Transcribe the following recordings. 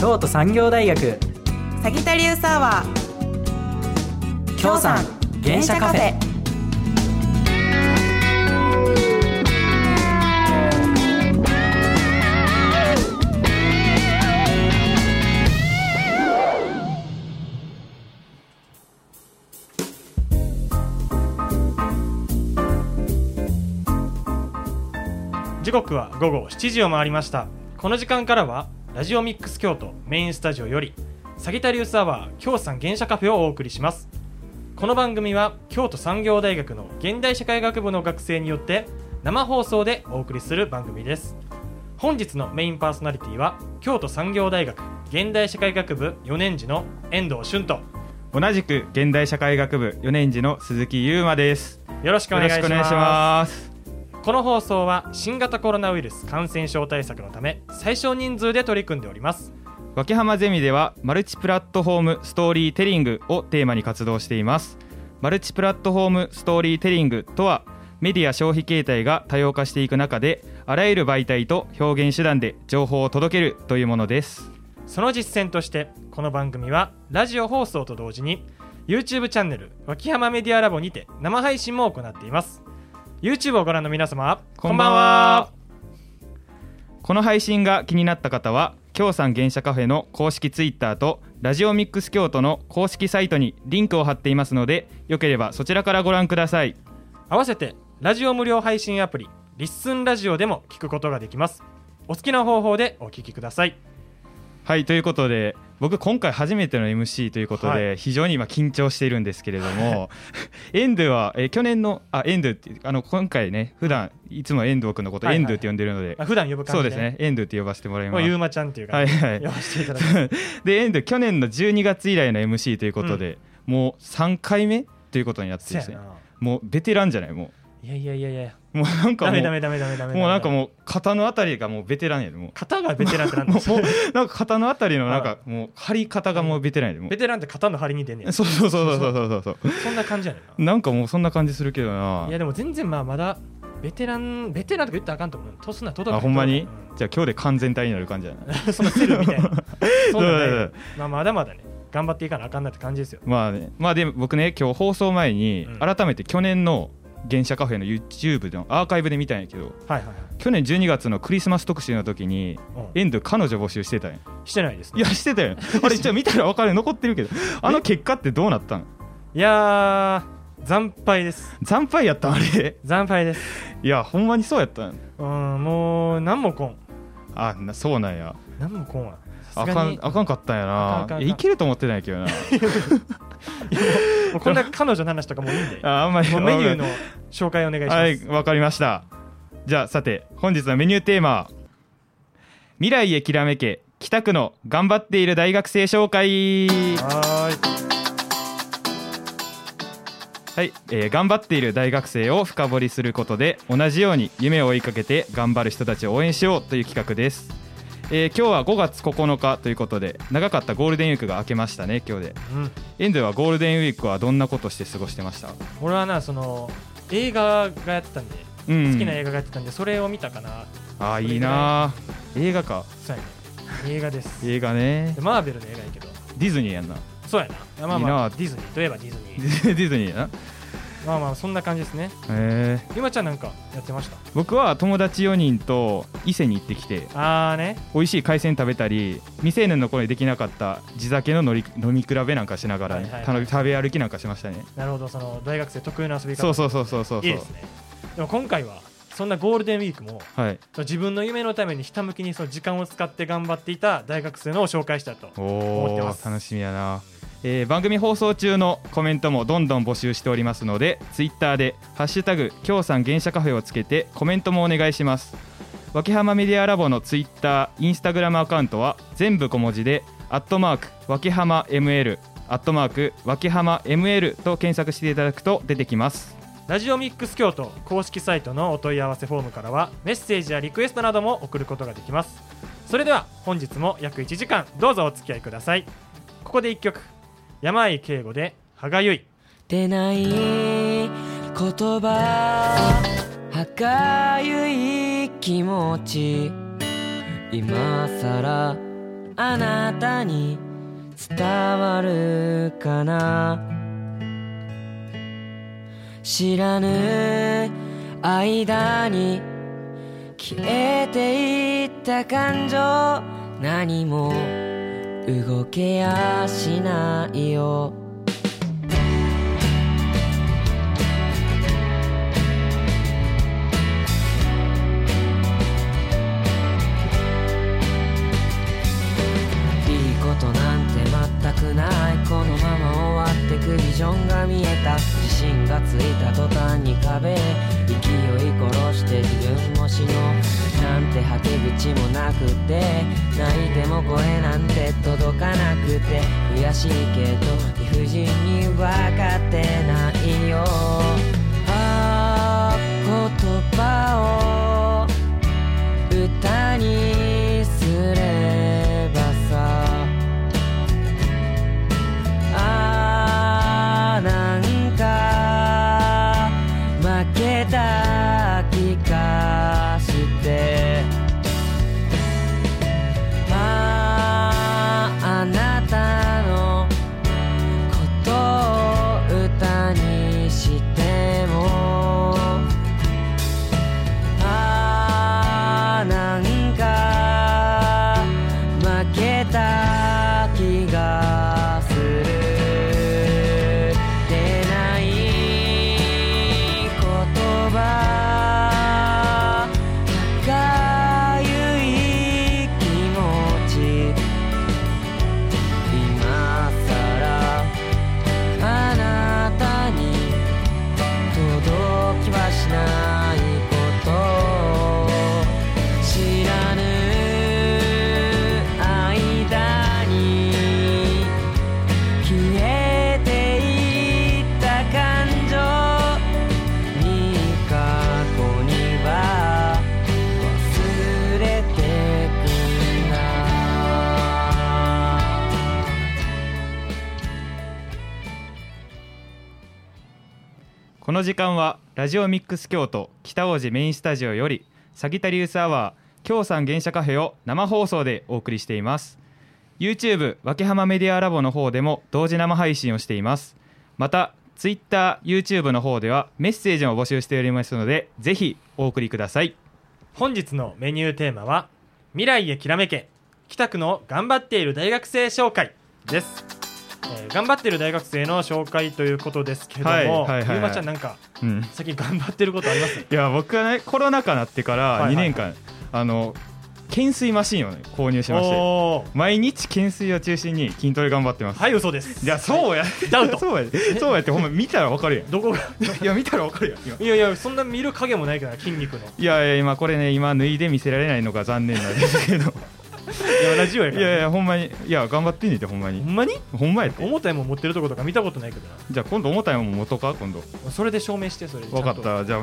京都産業大学サギタリウサワー京産原社カフェ時刻は午後7時を回りましたこの時間からはラジオミックス京都メインスタジオよりサギタリウスアワー京産原社カフェをお送りしますこの番組は京都産業大学の現代社会学部の学生によって生放送でお送りする番組です本日のメインパーソナリティは京都産業大学現代社会学部4年次の遠藤俊と同じく現代社会学部4年次の鈴木優馬ですよろしくおよ願ろいししくお願いしますますこの放送は新型コロナウイルス感染症対策のため最小人数で取り組んでおります脇浜ゼミではマルチプラットフォームストーリーテリングをテーマに活動していますマルチプラットフォームストーリーテリングとはメディア消費形態が多様化していく中であらゆる媒体と表現手段で情報を届けるというものですその実践としてこの番組はラジオ放送と同時に YouTube チャンネル脇浜メディアラボにて生配信も行っています YouTube をご覧の皆様こんばんはこの配信が気になった方は京産原社カフェの公式ツイッターとラジオミックス京都の公式サイトにリンクを貼っていますのでよければそちらからご覧くださいこんばんは合わせてラジオ無料配信アプリリッスンラジオでも聞くことができますお好きな方法でお聞きくださいはいということで僕今回初めての MC ということで、は非常に今緊張しているんですけれどもエンドゥは、えー去年のあエンドゥってあの今回ね普段いつも遠藤君のことはいエはいンドゥって呼んでるので、あ普段呼ぶ感そうじですねエンドゥって呼ばせてもらいもまうゆうす。まちゃんっていうか、はいはい呼ばせていただきますでエンドゥ去年の12月以来の MC ということで、もう3回目ということになってせでやすねなもうベテランじゃないもいやいやいやいやうもうなんかダもメダうメダメダメダメもうなんかもう肩のあたりがもうベテランやでもう型がベテランってなんだもなんか肩のあたりのなんはかもう張り方がもうベテランやでもうベテランって型の張りに出んねうんそうそうそうそうそうそうそうそんな感じやねんななんかもうそんな感じするけどないやでも全然まあまだベテランベテランとか言ったらあかんと思うとすなとあほんまにじゃあ今日で完全体になる感じだな そのセルみたい なそうなんだそうだよよまあまだまだね頑張っていかなあかんなって感じですよまあねまあでも僕ね今日放送前にうん改めて去年の原社カフェの YouTube のアーカイブで見たんやけどはいはいはい去年12月のクリスマス特集の時にうん遠藤彼女募集してたんやしてないですいねやしてたよあれ一応見たら分かる残ってるけどあの結果ってどうなったんいやー惨敗です惨敗やったんあれ惨敗ですいやほんまにそうやったんうんもう何もこんあなそうなんや何もこんわさあすかがにんあかんかったんやあかんあかんあかないんやいけると思ってないけど なもうこんな彼女の話とかもういいんで ああんまりもうメニューの紹介お願いします、はい、わかりました。じゃあ、さて、本日のメニューテーマ。未来へきらめけ、北区の頑張っている大学生紹介。はーいはい、えー頑張っている大学生を深掘りすることで、同じように夢を追いかけて頑張る人たちを応援しようという企画です。えー今日は5月9日ということで、長かったゴールデンウィークが明けましたね、今日で。うんエンドはゴールデンウィークはどんなことして過ごしてました俺はなその映画がやってたんでうん。好きな映画がやってたんでそれを見たかなああ、いいなー映画か。そうやね映画です映画ねで。マーベルの映画やけどディズニーやんな。そうやなまあまあいいなディズニーといえばディズニデーィディズニーやなまあまあそんな感じですねへえゆまちゃんなんかやってました僕は友達4人と伊勢に行ってきてあーね美味しい海鮮食べたり未成年の頃にできなかった地酒ののり飲み比べなんかしながらね、はいはいはいたの食べ歩きなんかしましたねなるほどその大学生特有の遊び方そうそうそうそうそうそういいですねでも今回はそんなゴールデンウィークもはい自分の夢のためにひたむきにその時間を使って頑張っていた大学生のを紹介したいとお思ってまおす楽しみやな、えー番組放送中のコメントもどんどん募集しておりますのでツイッターで「ハッシュタグ京さん原社カフェ」をつけてコメントもお願いします脇浜メディアラボのツイッターインスタグラムアカウントは全部小文字で「アットマーク脇浜 ML」「アットマーク脇浜 ML」と検索していただくと出てきますラジオミックス京都公式サイトのお問い合わせフォームからはメッセージやリクエストなども送ることができますそれでは本日も約1時間どうぞお付き合いくださいここで1曲山井敬吾で歯がゆい出ない言葉歯がゆい気持ち今さらあなたに伝わるかな知らぬ間に消えていった感情何も動けやしないよいいことなんて全くないこのまま終わってくビジョンが見えた自信がついた途端に壁へ勢い殺して自分も死のうなんてはけ口もなくて泣いても声なんて届かなくて悔しいけど理不尽に分かってないよああ言葉を歌にすればさあーなんか負けた気がしてあああなたのことを歌にしてもあーなんか負けた気がする出ない言葉かゆい気持ち今さらあなたに届きはしないこと知らぬ間に消えていった感情に過去には忘れてくんだこの時間はラジオミックス京都北王子メインスタジオよりサギタリウスアワー京産原社カフェを生放送でお送りしています YouTube わけはまメディアラボの方でも同時生配信をしていますまた TwitterYouTube の方ではメッセージも募集しておりますのでぜひお送りください本日のメニューテーマは「未来へきらめけ北区の頑張っている大学生紹介」です、えー頑張っている大学生の紹介ということですけども、はいはいはいはいゆうまちゃんなんかうん最近頑張ってることありますいや僕はねコロナ禍になってかいはらい2年間、あの懸垂マシンをね購入しましておー毎日懸垂を中心に筋トレ頑張ってます、はい嘘ですいやそうや、ダウト そうやそうやってほんま見たらわかるどこがや んいや見たらわかるやん今いやいやそんな見る影もないから筋肉のいやいや今これね今脱いで見せられないのが残念なんです けどいやラジオやいから、やいやほんまにいや頑張ってんねんてほんまほにんまにほんまやって重たいもん持ってるとことか見たことないけどなじゃあ今度重たいもん持とうか今度それで証明してそれでわかっちゃんとたじゃあ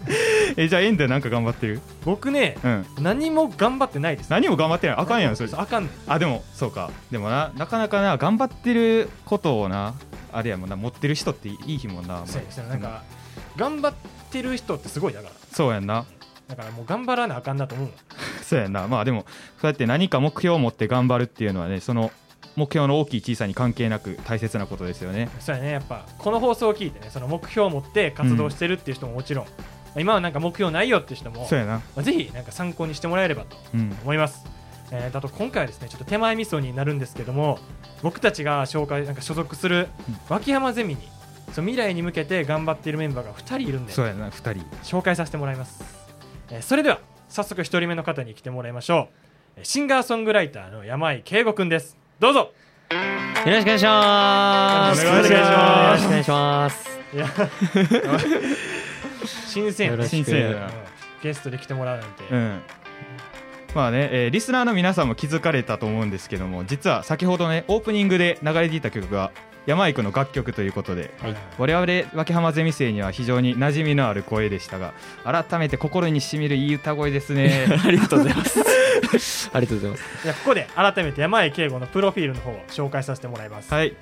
えじゃあエンでなんか頑張ってる僕ねうん何も頑張ってないです何も頑張ってないあかんやんそれあかんねんあでもそうかでもななかなかな頑張ってることをなあれやもんな持ってる人っていい日もんなあんまりそうやそうやなんか頑張ってる人ってすごいだからそうやんなだからもう頑張らなあかんなと思う そうやんなまあでもそうやって何か目標を持って頑張るっていうのはねその目標の大きい小さいに関係なく大切なことですよねそうやねやっぱこの放送を聞いてねその目標を持って活動してるっていう人ももちろん、今はなんか目標ないよっていう人もそうやなまあぜひなんか参考にしてもらえればとうん思います、えー、だと今回はですねちょっと手前味噌になるんですけども僕たちが紹介なんか所属する脇山ゼミにその未来に向けて頑張っているメンバーが2人いるんでそうやな2人紹介させてもらいます、えーそれでは早速1人目の方に来てもらいましょうえーシンガーソングライターの山井圭吾くんですどうぞよろしくお願いします。よろしくお願いしまよすろしくお願いします。いや新鮮やよねろし新く。鮮やうんなゲストで来てもらうなんて、うんまあね、えーリスナーの皆さんも気づかれたと思うんですけども実は先ほどねオープニングで流れていた曲が山井君の楽曲ということではい我々脇浜ゼミ生には非常に馴染みのある声でしたが改めて心にしみるいい歌声ですね ありがとうございます。ありがとうございます。じゃあここで改めて山井圭吾のプロフィールの方を紹介させてもらいます、はい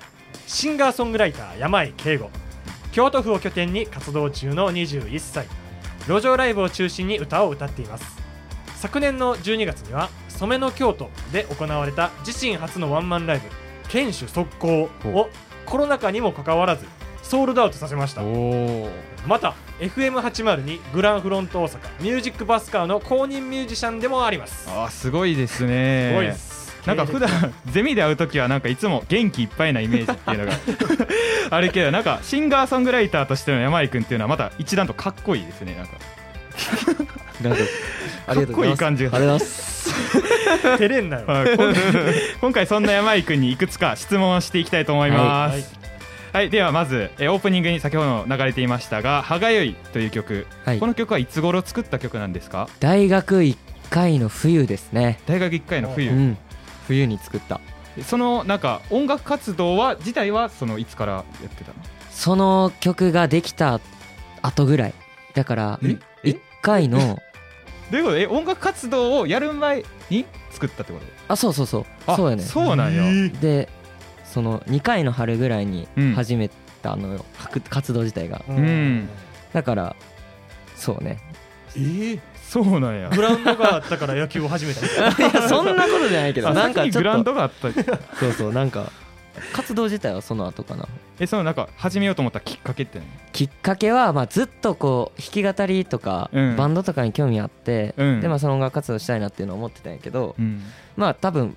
シンガーソングライター山井圭吾京都府を拠点に活動中の21歳路上ライブを中心に歌を歌っています昨年の12月にはス染めの京都で行われた自身初のワンマンライブ「剣手速攻」をコロナ禍にもかかわらずソールドアウトさせましたおまた FM802 グランフロント大阪ミュージックバスカーの公認ミュージシャンでもありますあーすごいですすねごいですなんか普段ゼミで会う時はなんかいつも元気いっぱいなイメージって いうのがあるけどなんかシンガーソングライターとしての山井君っていうのはまた一段とかっこいいですねなんかなんかありがかとうございますっこいい感じありがとうございます照れんなよまあ今回 今回そんな山井君にいくつか質問をしていきたいと思います、はいではまずえーオープニングに先ほど流れていましたが「はがよい」という曲、はいこの曲はいつ頃作った曲なんですか大学1回の冬ですね大学1回のう冬、ん冬に作ったそのなんか音楽活動は自体はそのいつからやってたのその曲ができた後ぐらいだからえ1回のどういうことえ音楽活動をやる前に作ったってことあそうそうそうそうやねそうなんよ、でその2回の春ぐらいにうん始めたのよ、かく活動自体がううんだからそ うねえー、そうなん やグラウンドがあったから野球を始めたいやそんなことじゃないけどあなん先かにちグラょウンっドとがあったそうそうなんか活動自体はその後かなえそのなんか始めようと思ったきっかけって何きっかけは、まあ、ずっとこう弾き語りとか、うんバンドとかに興味あって、うんでまあその音楽活動したいなっていうのを思ってたんやけど、うんまあ多分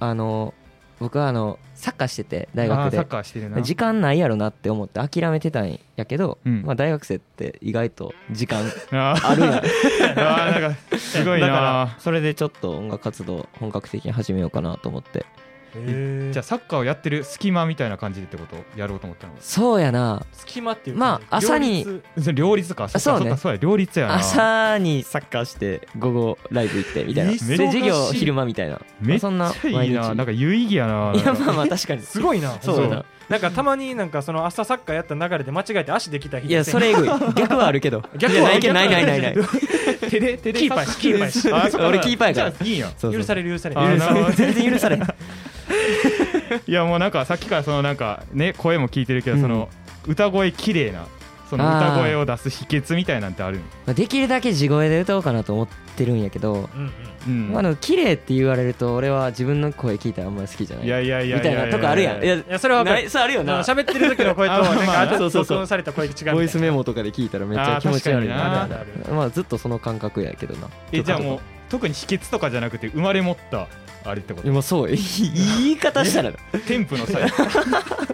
あの僕はあのサッカーしてて大あ学ーサッでカーしてるな時間ないやろなって思って諦めてたんやけど、うんまあ、大学生って意外と 時間あーあるやんあーなんかすごいだからなそれでちょっと音楽活動本格的に始めようかなと思ってえじゃあサッカーをやってる隙間みたいな感じでってことやろうと思ったのそうやな隙間っていうまあ感じ朝に両立それ両立かそっかそうねそっかそうや両立やな朝にサッカーして午後ライブ行ってみたいなえ忙でしい授業昼間みたいなめっちそんなゃい毎い日ななんか有意義やないやまあまあ確かにすごいなそうやななんかたまになんかその朝サッカーやった流れで間違えて足できた日いやそ れえぐい逆はあるけど逆はいやないけどないないないない 手で手でキーパーやしキーパーやしあーそっか俺キーパーやからじゃあいいやんそうそう許される許されあーるなるほど全然許されへんいやもうなんかさっきからそのなんかね声も聞いてるけどうんその歌声綺麗なその歌声を出す秘訣みたいなんてあるんまあできるだけ地声で歌おうかなと思ってるんやけど、うんうんうんまあ、あの綺麗って言われると俺は自分の声聞いたらあんまり好きじゃないいやいやいやみたいなとこあるやんいやいやそれは分かなるいそうあるよあのな喋ってる時の声とあまあなんかあそとうそうそう録音された声が違うみたいなボイスメモとかで聞いたらめっちあーゃ気持ち悪確いなかになみたいなまあずっとその感覚やけどなえじゃあもう特に秘訣とかじゃなくて生まれ持ったあれってこいや とまあそう言い方したら添付のさ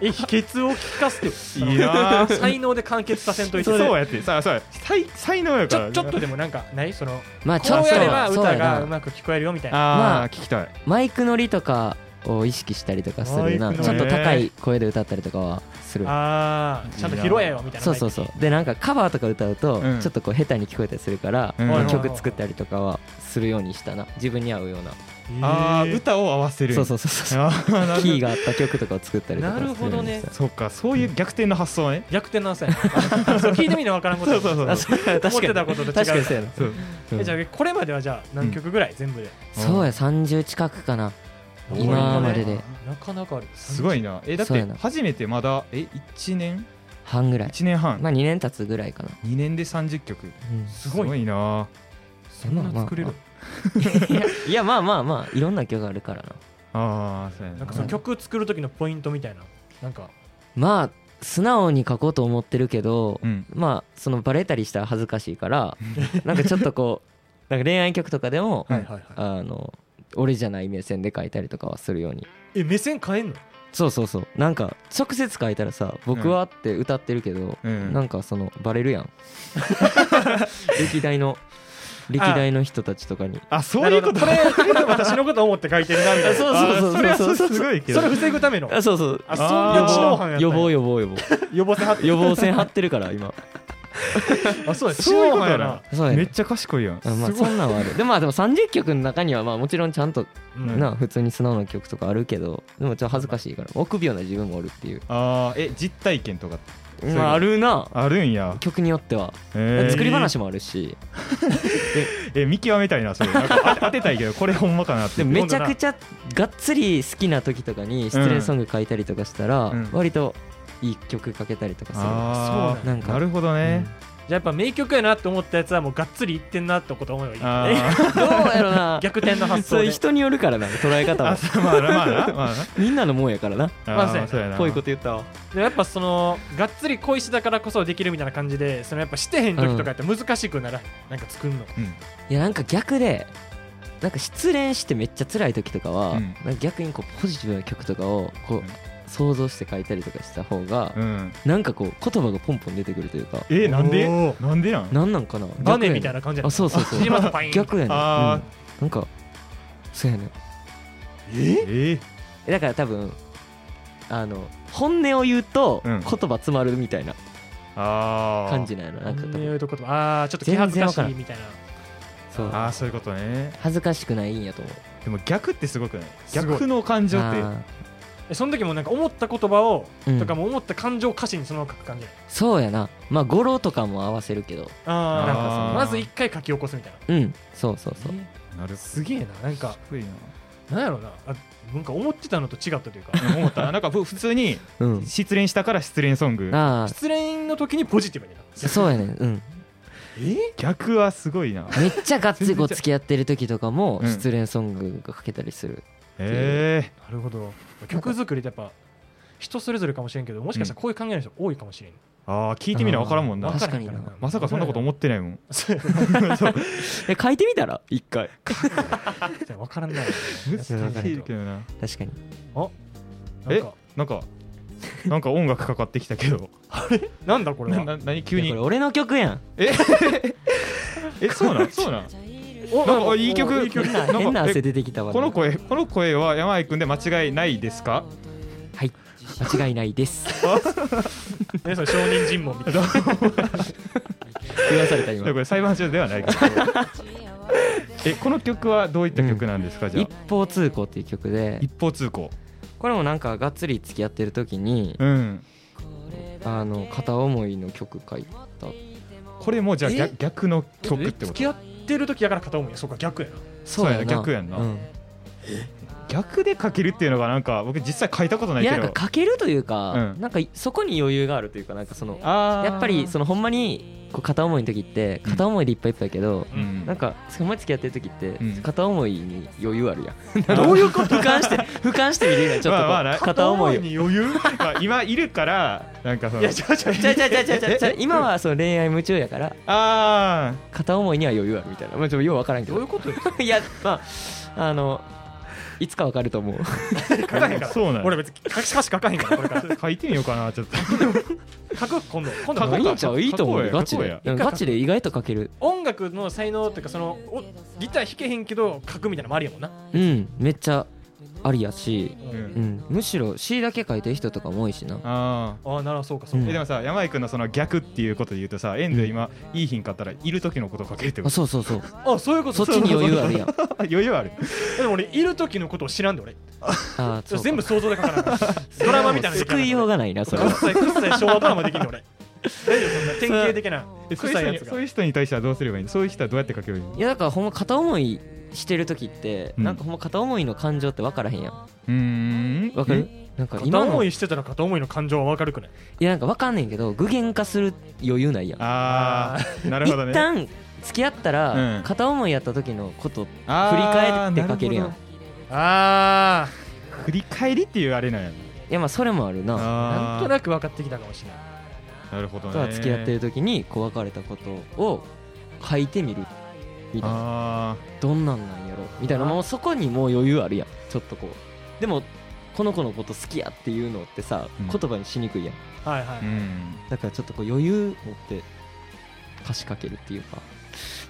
え秘訣を聞かせてよいいなあ才能で完結させんといてそうやってさあそうや才才能や ちからょちょっとでもなんかないそのまあちょこっうとやればそう歌やがなうまく聞こえるよみたいなあまああ聞きたいマイク乗りとかを意識したりとかするマなイクち乗ょりっと高い声で歌ったりとかはするあーちゃんと拾えよみたいなそうそうそうでなんかカバーとか歌うとうんちょっとこう下手に聞こえたりするから、うんまあ曲作ったりとかはするようにしたな自分に合うような、あえあー歌を合わせるそうそうそうそうあーなるほどキーがあった曲とかを作ったりとかするようにしたなるほどねそうかそういう逆転の発想ね逆転なんすよ そう聞いてみるの分からんことそうそうあそうそう確かに思ってたことと違う確かにそうやなそううんえじゃあこれまではじゃあ何曲ぐらい全部でそうや30近くかなうん今まででなかなかあるすごいなえだっそうてやな初めてまだえ1年半ぐらい1年半まあ2年経つぐらいかな、 2年で30曲うんすごいなそんな作れるいやまあまあまあいろんな曲あるからなああそうやななんかその曲作る時のポイントみたいななんかまあ素直に書こうと思ってるけど、うんまあそのバレたりしたら恥ずかしいからなんかちょっとこうなんか恋愛曲とかでも、はいはいはいあの俺じゃない目線で書いたりとかはするようにえ目線変えんのそうそうそうなんか直接書いたらさ「僕は」って歌ってるけど、うんなんかそのバレる やん歴代の歴代の人たちとかにあそういうことなるほどこれこれ私のこと思って書いてるなみたいな そうそうそうあーれはそうそうすごいけそどれ防ぐためのあそうそうああーそんな知能犯やったんや予防予防予防予防線張って予防線張ってるから 今あそうや知そう能いうこと犯ややななそうやねめっちゃ賢いやんあまあすごそいんなんはあるでもまあでも30曲の中にはまあもちろんちゃんとうんな普通に素直な曲とかあるけどでもちょっと恥ずかしいから臆病な自分もおるっていうあーえ実体験とかそういうのまああるなあるんや曲によってはえー作り話もあるしえ見極めたいなそれなんか当て当てたいけどこれほんまかなってでもめちゃくちゃがっつり好きな時とかに失恋ソング書いたりとかしたらうん割といい曲かけたりとかするあそうあなんかなるほどねじゃあやっぱ名曲やなって思ったやつはもうがっつりいってんなってこと思えばいいんだねあどうやろな 逆転の発そ想れで人によるからな捉え方ーあはそうまあなまあなまみんなのもんやからなあなまああーそうやなこういうこと言ったわでやっぱそのがっつり恋しだからこそできるみたいな感じでそのやっぱしてへん時とかやって難しくならん、なんか作んのうんいやなんか逆でなんか失恋してめっちゃ辛い時とかは、うんなんか逆にこうポジティブな曲とかをこうんう想像して書いたりとかした方が、うんなんかこう言葉がポンポン出てくるというかえーなんでおなんでやんなんなんかなバネみたいな感じやあそうそうそう縮まったパイン逆やね、うん、なあんかそうやねえええだから多分あの本音を言うとうん言葉詰まるみたいなああ感じなんやな,、なんか多言分うとことああちょっと気恥ずかしいみたいなそうああそういうことね恥ずかしくないんやと思うでも逆ってすごくないすごい逆の感情ってあーえその時もなんか思った言葉を、うんとかも思った感情を歌詞にそのまま書く感じやそうやなまあ語呂とかも合わせるけどあーあーなんかそのまず一回書き起こすみたいなうんそうそうそうなるすげえななんかすごいななんやろうなあなんか思ってたのと違ったというかうん思 ったなんかふ普通にうん失恋したから失恋ソングああ失恋の時にポジティブになそそうやねんうん逆はすごいなめっちゃがっつりこう付き合ってる時とかもうん失恋ソングがかけたりするえなるほど曲作りってやっぱ人それぞれかもしれんけどもしかしたらこういう考えの人多いかもしれん、えああ聞いてみれば分からんもんあなー確かになわらへんらまさかそんなこと思ってないもんそうえ書いてみたら一回分からんない難しいけどな確かにあなんえかなんかなんか音楽かかってきたけどなんだこれなはな何急いやこにれ俺の曲やんええそうなんそうなんおなんかいい曲おいい曲 変ななんか変なえ汗出てきたわこの声この声は山井君で間違いないですかはい間違いないですねそれ証人尋問みたいな言わされ たい今やこれ裁判所ではないけどえこの曲はどういった曲なんですか、じゃあ一方通行っていう曲で一方通行これもなんかがっつり付き合ってる時にうんあの片思いの曲書いたこれもじゃあえ逆逆の曲えって付ことき合ってる時やから片思いやそうか逆やなそうやなそうやな逆やんなうん逆で書けるっていうのがなんか僕実際書いたことないいけやどなんか書けるというかうんなんかそこに余裕があるというかなんかそのあーやっぱりそのほんまにこう片思いの時って片思いでいっぱいいっぱいやけど、うんなんかほんまに付き合ってる時ってうん片思いに余裕あるやん、ーどういうこと俯瞰して俯瞰して見るやんちょっとこう、まあまあね片思いをに余裕まあ今いるからなんかそのいやちょちょちゃうちゃうちゃうちゃうちゃう今はその恋愛夢中やからあ片思いには余裕あるみたいなまあちょっとよう分からんけどどういうことよ いやまああのいつか分かると思 う書かへんからそうなん や俺別に歌詞書かへんからこれからあ書いてみようかなちょ っと書く今度今書こ度ういいんちゃういいと思うよかっガこチええでうんガチで意外と書ける音楽の才能っていうかそのおギター弾けへんけど書くみたいなのもありやもんなうんめっちゃありやし、ううんう、ん、むしろ C だけ書いてる人とかも多いしなあああならそうかそうーか、えでもさ山井君のその逆っていうことで言うとさエンド今いい品買ったらいる時のこと書けるってこあとそうそうそうあそういうことそっちに 余裕あるやん余裕ある でも俺いる時のことを知らんで俺あーそうか全部想像で書かなかったドラマみたいな救いようががないなそれくっはさいくっさい昭和ドラマできんの俺大丈夫そんな典型的なえそうい臭うい人やにつがそういう人に対してはどうすればいいのそういう人はどうやって書けばいいのいやだからほんま片思いしてる時って、うんなんかほんま片思いの感情って分からへんやんうーん分かるなんか片今思のいいしてたら片思いの感情は分かるくないやなんか分かんねんけど具現化する余裕ないやんああなる一ほどね旦付き合ったら、うん片思いやった時のこと振りあー返って書けるやんなるあほど振り返りっていうあれなんやいやまあそれもあるなあなんあとーなく分かってきたかもしれないなるほどあねとは付き合ってる時にこう別れたことを書いてみるみたいなあどんなんなんやろみたいなもうそこにもう余裕あるやんちょっとこうでもこの子のこと好きやっていうのってさ、うん言葉にしにくいやんはいはあい、うんだからちょっとこう余裕持って歌詞かけるっていうか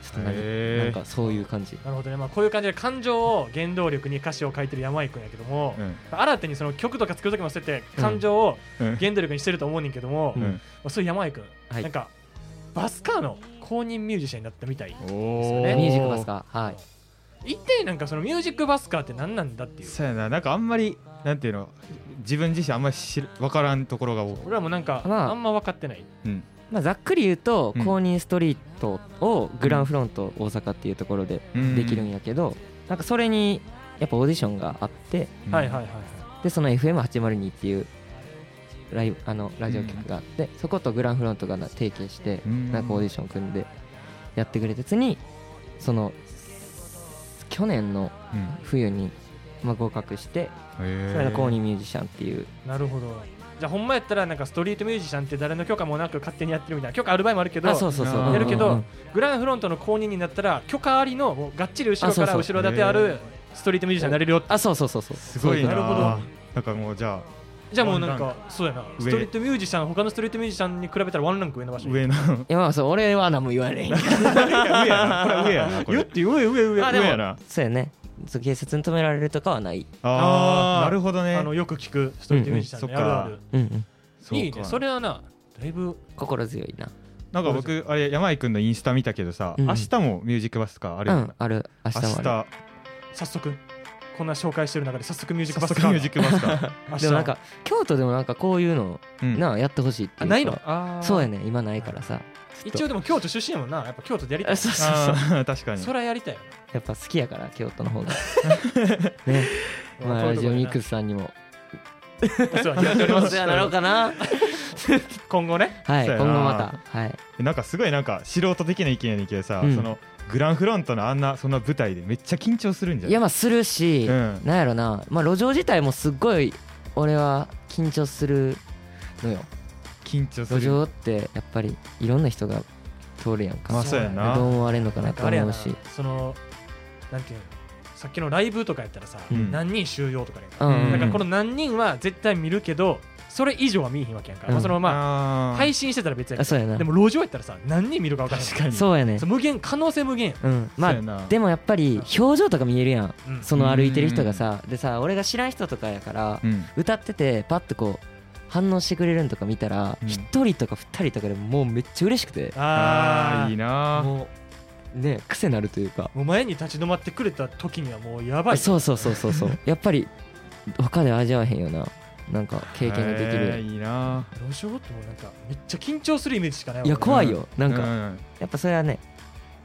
ちょっと何へーなんかそういう感じなるほどね、まあ、こういう感じで感情を原動力に歌詞を書いてる山井君やけども、うん新たにその曲とか作る時もそうやって感情をうん原動力にしてると思うねんけども、ううんんまあそういう山井君、はいなんかバスカーの公認ミュージシャンになったみたいおえーミュージックバスかはい一体なんかそのミュージックバスカーって何なんだっていうそうやななんかあんまりなんていうの自分自身あんまり知る分からんところが多い俺らもなんかまああんま分かってないうんまあ、ざっくり言うと、うん公認ストリートをグランフロント大阪っていうところでできるんやけど、なんかそれにやっぱオーディションがあってうんはいはいはいでその FM802 っていうライブあのラジオ局があって、そことグランフロントがな提携して、うんなんかオーディション組んでやってくれたやつにその去年のうん冬に、まあ、合格してそれへがえ公認ミュージシャンっていうなるほどじゃあほんまやったらなんかストリートミュージシャンって誰の許可もなく勝手にやってるみたいな許可ある場合もあるけどあそうそうそうやるけどうんうんうんグランフロントの公認になったら許可ありのもうがっちり後ろあそかうそらう後ろ盾あるストリートミュージシャンになれるよってあそうそうそうそうすごいななるほどなんかもうじゃじゃあもうなんワンラかそうやな上ストリートミュージシャン他のストリートミュージシャンに比べたらワンランク上の場あ所上のいやまあそう俺は何も言われへんけど上やなこれ上 やなこれ言って上上上上やなそうやねそう警察に止められるとかはないああーーなるほどねあのよく聞くストリートミュージシャンのうんうんあるあるうんうんうかいいねそれはなだいぶ心強いななんか僕あれ山井君のインスタ見たけどさ、うん明日もミュージックバスかあるうよんな、ある明日も明ある日早速こんな紹介してる中で早速ミュージックバ早ス速カミュージックバス か、明日でもなんか京都でもなんかこういうのうんなあやってほしいっていうあかないのそうやね今ないからさ一応でも京都出身やもんなやっぱ京都でやりたあいそうそうそうあー確かにそらやりたいよやっぱ好きやから京都の 方がねまあラジオミックスさんにもお世話になっております世話になろう かな今後ねはいそうやな今後またはいなんかすごいなんか素人的な意見やねんけどさ、うんそのグランフロントのあんなそんな舞台でめっちゃ緊張するんじゃないいやまあするし、うんなんやろなまあ路上自体もすっごい俺は緊張するのよ緊張す路る上ってやっぱりいろんな人が通るやんか、まあそうやなどう思われるのかななんとかあれや思うなしそのなんていうのさっきのライブとかやったらさ、うん何人収容とかね、うんうんうんだからこの何人は絶対見るけどそれ以上は見えへんわけやんから、うんまあ、そのまあま配信してたら別やあけそうやどなでも路上やったらさ何人見るか分からへん確かにそうやねそう無限可能性無限やん、うんまそうやあなでもやっぱり表情とか見えるやんうんその歩いてる人がさでさ俺が知らん人とかやからうん歌っててパッとこう反応してくれるんとか見たらうん一人とか二人とかでもうめっちゃ嬉しくてああーいいあなーもうね癖なるというかもう前に立ち止まってくれた時にはもうやばいそうそうそうそ うそうやっぱり他で味わえへんよななんか経験ができへーるいいな路上ってもうなんかめっちゃ緊張するイメージしかないわいや俺怖いよなーんかうんやっぱそれはね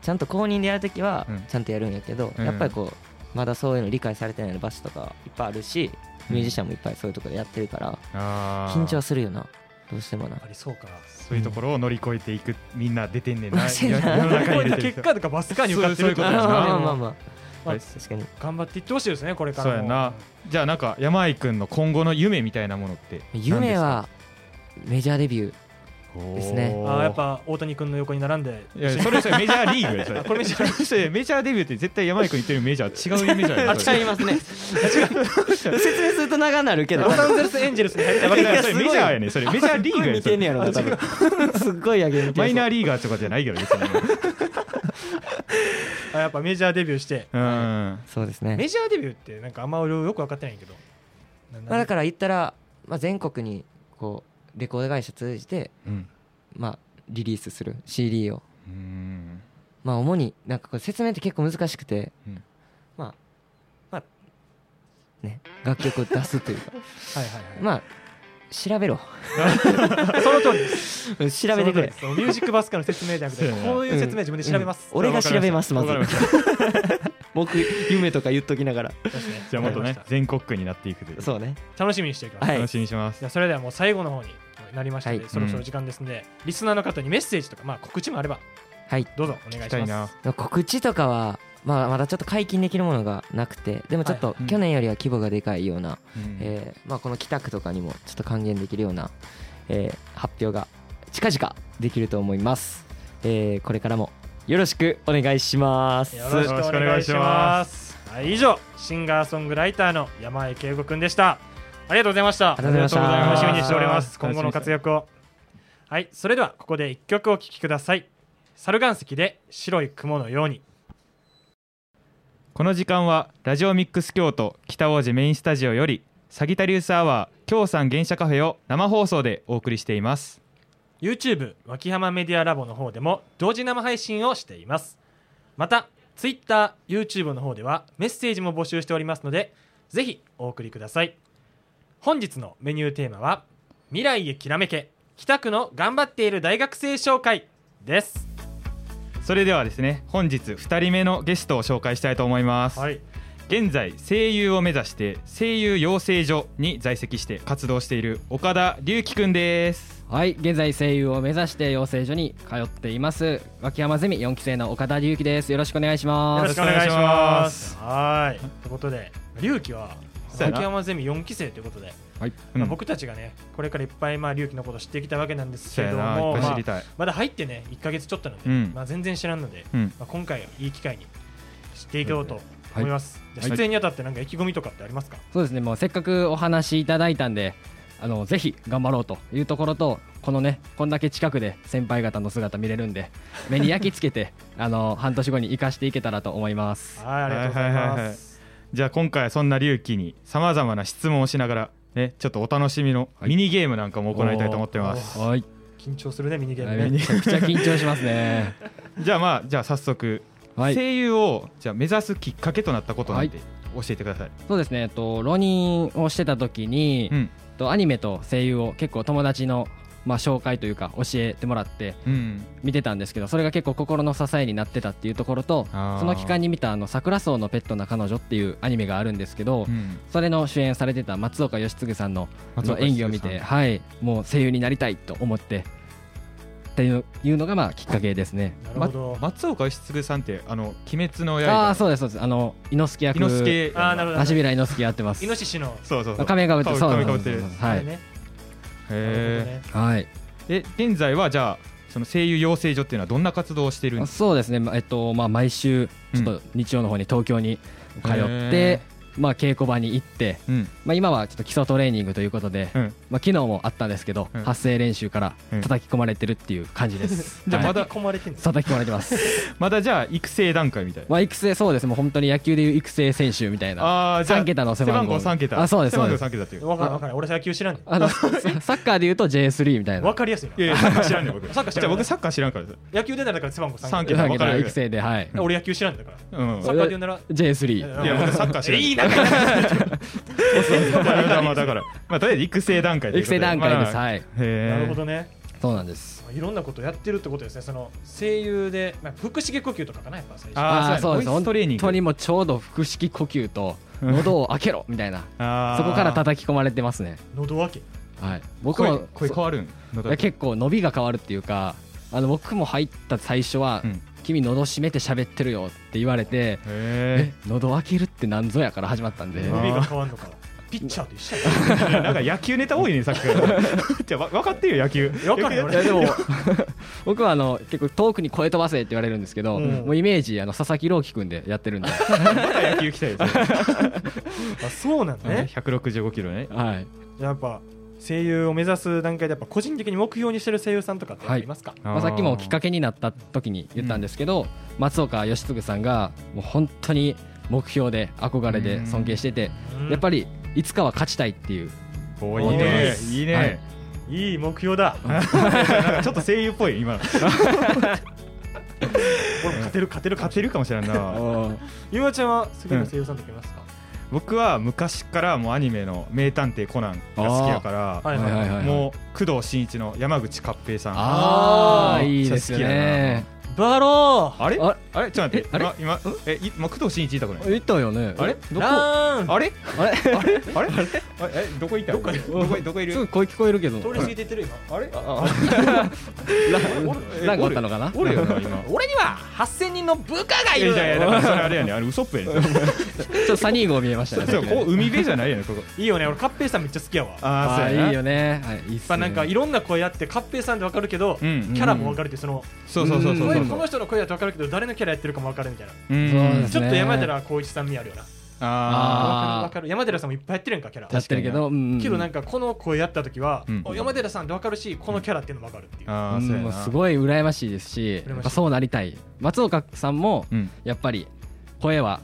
ちゃんと公認でやるときはうんちゃんとやるんやけど、うんやっぱりこうまだそういうの理解されてない場所とかいっぱいあるし、うんミュージシャンもいっぱいそういうとこでやってるからあー緊張はするよなどうしてもなやっぱりそうかそういうところを乗り越えていくみんな出てんねんなそう や世の中に出てる結果とかバスカーに受かってるってそう まいあうことやなまあまあもまあ、はい確かに頑張っていってほしいですねこれからそもうやなじゃあなんか山井君の今後の夢みたいなものって夢はメジャーデビュー何ですすかねおーあーやっぱ大谷君の横に並んでいやそれそれメジャーリーグやそ れこれメジャーリーそれメジャーデビューって絶対山井君言ってるメジャー違うメジャ ーやそれいますね説明すると長なるけどロサンゼルスエンジェルスに入りたいわそけじゃないれそれメジャーやねそれ メジャーリーグやねそれやろ多 分すっごいやげマイナーリーガーとかじゃないけど別に あやっぱメジャーデビューしてうんそうですねメジャーデビューってなんかあんま俺よく分かってないけどななまあ、だから言ったら、まあ、全国にこうレコード会社通じて、うんまあ、リリースする CD を、うんまあ、主になんかこれ説明って結構難しくて、うんまあまあね楽曲を出すとい うかはいはいまあ調べろはい その通りです調べてくれその通りですミュージックバスカの説明じゃなくてそうやなこういう説明自分で調べますうん俺が調べますまずわかりした僕夢とか言っときながらじゃあもっとね全国区になっていくというそうね楽しみにしていきますはい楽しみにしますじゃあそれではもう最後の方になりましたので、はいそろそろ時間ですので、リスナーの方にメッセージとか、まあ、告知もあればはいどうぞお願い行きしたいまなす。告知とかは、まあ、まだちょっと解禁できるものがなくてでもちょっはというん去年よりは規模がでかいようなうんえーまあ、この北区とかにもちょっと還元できるような、えー発表が近々できると思います、えーこれからもよろしくお願いしますよろしくお願いします。はい、以上、シンガーソングライターの山井圭吾くんでした。ありがとうございました。ありがとうございました楽しみにしております。楽し今みに後の活躍を。はい、それではここで一曲お聴きください。猿岩石で白い雲のように。この時間はラジオミックス京都北王子メインスタジオよりサギタリウスアワー京さん原社カフェを生放送でお送りしています YouTube 脇浜メディアラボの方でも同時生配信をしていますまた TwitterYouTube の方ではメッセージも募集しておりますのでぜひお送りください本日のメニューテーマは「未来へきらめけ北区の頑張っている大学生紹介」ですそれではですね本日2人目のゲストを紹介したいと思います、い現在声優を目指して声優養成所に在籍して活動している岡田隆輝くんですはい現在声優を目指して養成所に通っています脇山ゼミ4期生の岡田隆輝ですよろしくお願いしよまろすしくお願いしますよはーいということで龍騎はそうやな秋山ゼミ4期生ということで、はいまあ、うん僕たちがねこれからいっぱいまあ龍騎のこと知ってきたわけなんですそけうやどなもいっぱいま知ありたい、まだ入ってね1か月ちょっとなので、うんまあ、全然知らんので、うんまあ、今回はいい機会に知っていこうと思います、いじゃあ出演にあたってなんか意気込みとかってありますか、そうですねもうせっかくお話いただいたんであのぜひ頑張ろうというところとこのねこんだけ近くで先輩方の姿見れるんで目に焼き付けてあの半年後に生かしていけたらと思いますはいありがとうございはいはいはいまはいすじゃあ今回はそんな隆輝にさまざまな質問をしながらねちょっとお楽しみのミニゲームなんかも行いたいと思ってますはい緊張するねミニゲームめねちゃくちゃ緊張しますねじゃあまあじゃあ早速、はい声優をじゃあ目指すきっかけとなったことなんて教えてください、そうですねえっと浪人をしてた時に、うんえっとアニメと声優を結構友達の、まあ、紹介というか教えてもらってうん見てたんですけどそれが結構心の支えになってたっていうところとあーその期間に見た「あの桜草のペットな彼女」っていうアニメがあるんですけど、うんそれの主演されてた松岡義嗣さんのあ松の岡演技を見修て、はい、もう声優になりたいと思ってっていういうのがまあきっかけですね。なるほど、松岡義嗣さんってあの鬼滅のああ刃そうですそうですあの猪之助役猪之助あーなるほど足平猪之助やってますイノシシのそうそうそう仮面がぶって顔そう髪な被んってでるすあはれいねなへるほはいええ現在はじゃあその声優養成所っていうのはどんな活動をしているんですかそうですね、まあえっとまあ、毎週、ちょっと日曜の方に東京に通っへて、まあ、稽古場に行って、うんまあ、今はちょっと基礎トレーニングということで、うんまあ、昨日もあったんですけど、うん発声練習からうん叩き込まれてるっていう感じです。 じゃあはまほどいねだ叩き込まれてんの叩き込まれ てます、まだじゃあ育成段階みたいなまあ、育成そうですもう本当に野球でいう育成選手みたいなああじゃあ三桁の背番号3桁あそうです背番号そ3桁っていうわからんわからん俺野球知らんねんあの サッカーでいうと J3 みたいなわかりやすいないやいやサッカー知らんねん僕サッカー知らんじゃあ僕サッカー知らんからです野球でならだから背番号3三桁桁わかる育成ではい、俺野球知らんだからうんサッカーで言うなら J3 いや僕サッカー知らんいいな 仲良いまあまあだから、まあ、とりあえず育成段階という育こと成段階です、まあはいへなーるほどねそうなんですまあいろんなことやってるってことですねその声優で、まあ、腹式呼吸とかかなやっぱ最初ああああそそううでですすボイストレーニン本グ当にもうちょうど腹式呼吸と喉を開けろみたいな あそこからた叩き込まれてますね喉分けはい僕声も声変わるんいや結構伸びが変わるっていうかあの僕も入った最初は「うん君喉閉めて喋ってるよ」って言われてへ「喉開けるってなんぞや」から始まったんでうわ海が変わるのかピッチャーと一緒 やえなんか野球ネタ多いねさっきから じゃあわ分かってるよ野球分かるよい俺やでも僕はあの結構遠くに声飛ばせって言われるんですけど、うんもうイメージあの佐々木朗希君でやってるんで、また野球来たよそれあそうなんだね165キロねはい、やっぱ声優を目指す段階でやっぱ個人的に目標にしてる声優さんとかってありますか、まあ、さっきもきっかけけになった時に言ったんですけど、松岡義嗣さんがもう本当に目標で憧れで尊敬してて、やっぱりいつかは勝ちたいっていうおーいいねいいね、はいりいい目標だ俺 なんかちょっと声優っぽい今も勝てる勝てる勝勝ててるるかもしれんな ゆうまちゃんは好きな声優さんとかいますか、僕は昔からもうアニメの「名探偵コナン」が好きやから、はいはいはいはいもう工藤新一の山口勝平さんああああーいいですよねバローれああれちょっと待ってえあれ今今えいもう工藤新一いたこれ言ったよねあれどこラーンあれ あれあれあれあれえどこいたどこどこどこいするぐ声聞こえるけど通り過ぎてってる今あれ何かあったのか なおるよな今俺には8000人の部下がいいやるいやいやだからそれあれやねあれ嘘っぺやねちょっとサニー号見えましそ たうそうねこう海辺じゃないやねここいいよね俺カッペイさんめっちゃ好きやわやっああああそうやいいなよねはいいいっすぱねなんかいろんな声あってカッペイさんでわかるけど、うんうんキャラもわかるっていうそのそうそうそうそう声そこうの人の声だとわかるけど誰のキャラやってるかもわかるみたいな、うんそうですちねょっと山寺宏一さん味あるよなああわかーるわかる山寺さんもいっぱいやってるやんかキャラやってるけどうんけどなんかこの声やった時は、うんあ山寺さんってわかるしこのキャラっていうのもわかるっていう、ーあーうんそうやもうなすごい羨ましいですしやっぱそうなりたい松岡さんもうんやっぱり声は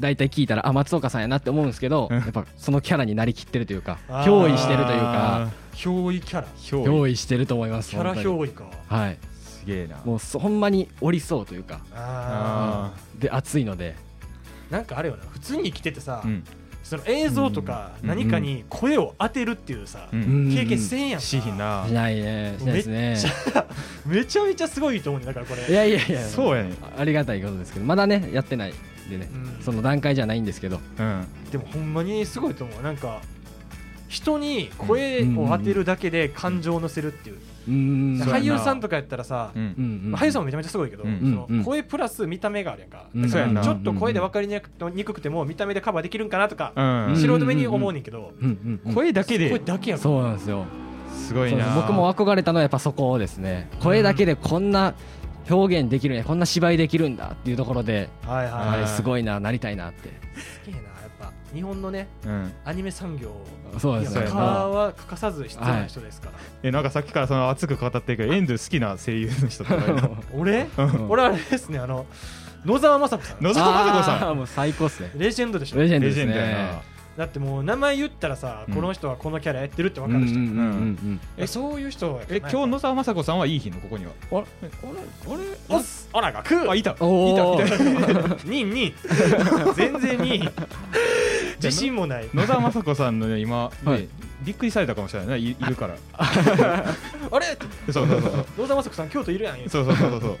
大体聞いたらあ松岡さんやなって思うんですけどうんやっぱそのキャラになりきってるというかあー憑依してるというか憑依キャラ憑憑依依してると思いますキャラ本当に憑依かはいすげえなもうそほんまにおりそうというかああで熱いのでーなんかあれよな普通に生きててさ、ーうんその映像とかうん何かに声を当てるっていうさ、うん経験せんやんかしひんなしないねしないですめっねちゃめちゃめちゃすごいと思うねだからこれいやいやいやそうやねあありがたいことですけどまだねやってないでね、うんその段階じゃないんですけど、うんでもほんまにすごいと思うなんか人に声を当てるだけで感情を乗せるっていう、うんん俳優さんとかやったらさ、うんうんまあ俳優さんもめちゃめちゃすごいけど、うんそのうん声プラス見た目があるやんか,、うんだからそうやなちょっと声で分かりにくくにくくても見た目でカバーできるんかなとか、うん素人目に思うねんけど、うんうんうん声だけ声でだけやもんそうなんですよすごいそうな僕も憧れたのはやっぱそこですね声だけでこんな表現できるんやこんな芝居できるんだっていうところで、はいはいあはいれすごいななりたいなってすげえなやっぱ日本のねうんアニメ産業そうですいねや他は欠かさず必要な人ですから、えなんかさっきからその熱く語ってるけどエンドゥ好きな声優の人とか いるの俺うん俺あれですねあの野沢雅子さん野沢雅子さんあーもう最高っすねレジェンドでしょレジェンドレでジすェンドやねなだってもう名前言ったらさ、うんこの人はこのキャラやってるってう分んかうんるう人、んうんえそういう人はえ今日野沢雅子さんはいい日のここにはあれあれおっすおらがくあいたおーいたいたにんにん全然に ん自信もない野沢雅子さんのね今ねはいびっくりされたかもしれないねいいるからあれそうそうそう野沢雅子さん京都いるやんそうそうそうそうそう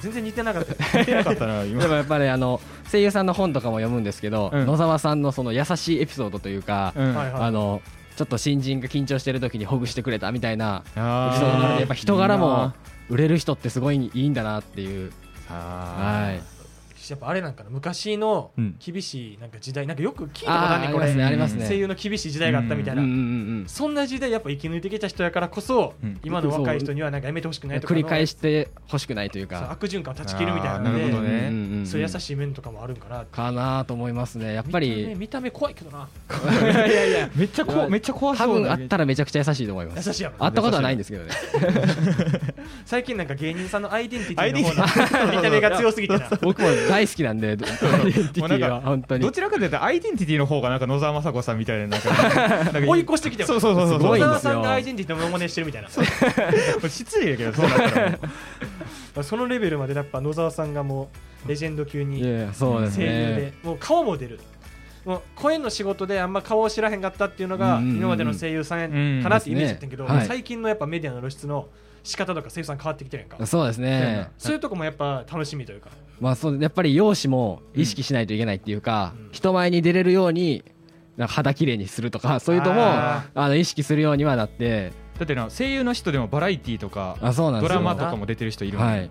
全然似てなかった言ってなかったな今 でもやっぱりあの声優さんの本とかも読むんですけど、うん野沢さんのその優しいエピソードというか、うんはいはいあのちょっと新人が緊張してる時にほぐしてくれたみたいなエピソードなのあでーやっぱ人柄も売れる人ってすごいいいんだなっていう、ははい、やっぱあれなんかな昔のうん厳しいなんか時代なんかよく聞いたことああんねんーありこますねれありますね声優の厳しい時代があったみたいうんなうんうんそんな時代やっぱ生き抜いてきた人やからこそ、うん今の若い人にはなんかやめてほしくうんないとか繰り返ししてほしくないというか悪循環を断ち切るみたいなのあーなるほどねうんうんうんそういう優しい面とかもあるんかなってかなと思いますねやっ見たぱ目り見た目怖いけどなめっちゃいこやめっちゃ怖多そう分なあったらめちゃくちゃ優しいと思いま優すしいやろ会ったことはないんですけどね最近なんか芸人さんのアイデンティティの方の見た目が強す ぎてな僕も大好きなんで アイデンティテもうなんィはか本当どにちらかというとアイデンティティの方がなんか野沢雅子さんみたいなな んかなんか追い越してきたよそうそうそうそうすごい小んですよ沢さんがアイデンティティのモノマネしてるみたいなもう失礼やけどそうなったらもうそのレベルまでやっぱ野沢さんがもうレジェンド級いにやいやそうです声優でねもう顔も出るもう声の仕事であんま顔を知らへんかったっていうのがうんうんうん今までの声優さんやかなってイメージだったんやけどうんですねはい最近のやっぱメディアの露出の仕方とか声優さん変わってきてるやんかそうですねそういうとこもやっぱ楽しみというかまあそうやっぱり容姿も意識しないといけないっていうか、うん人前に出れるようになんか肌きれいにするとかそういうのもああの意識するようにはなってだってな声優の人でもバラエティーとかあそうなんドですラよマとかも出てる人いるもんはねい、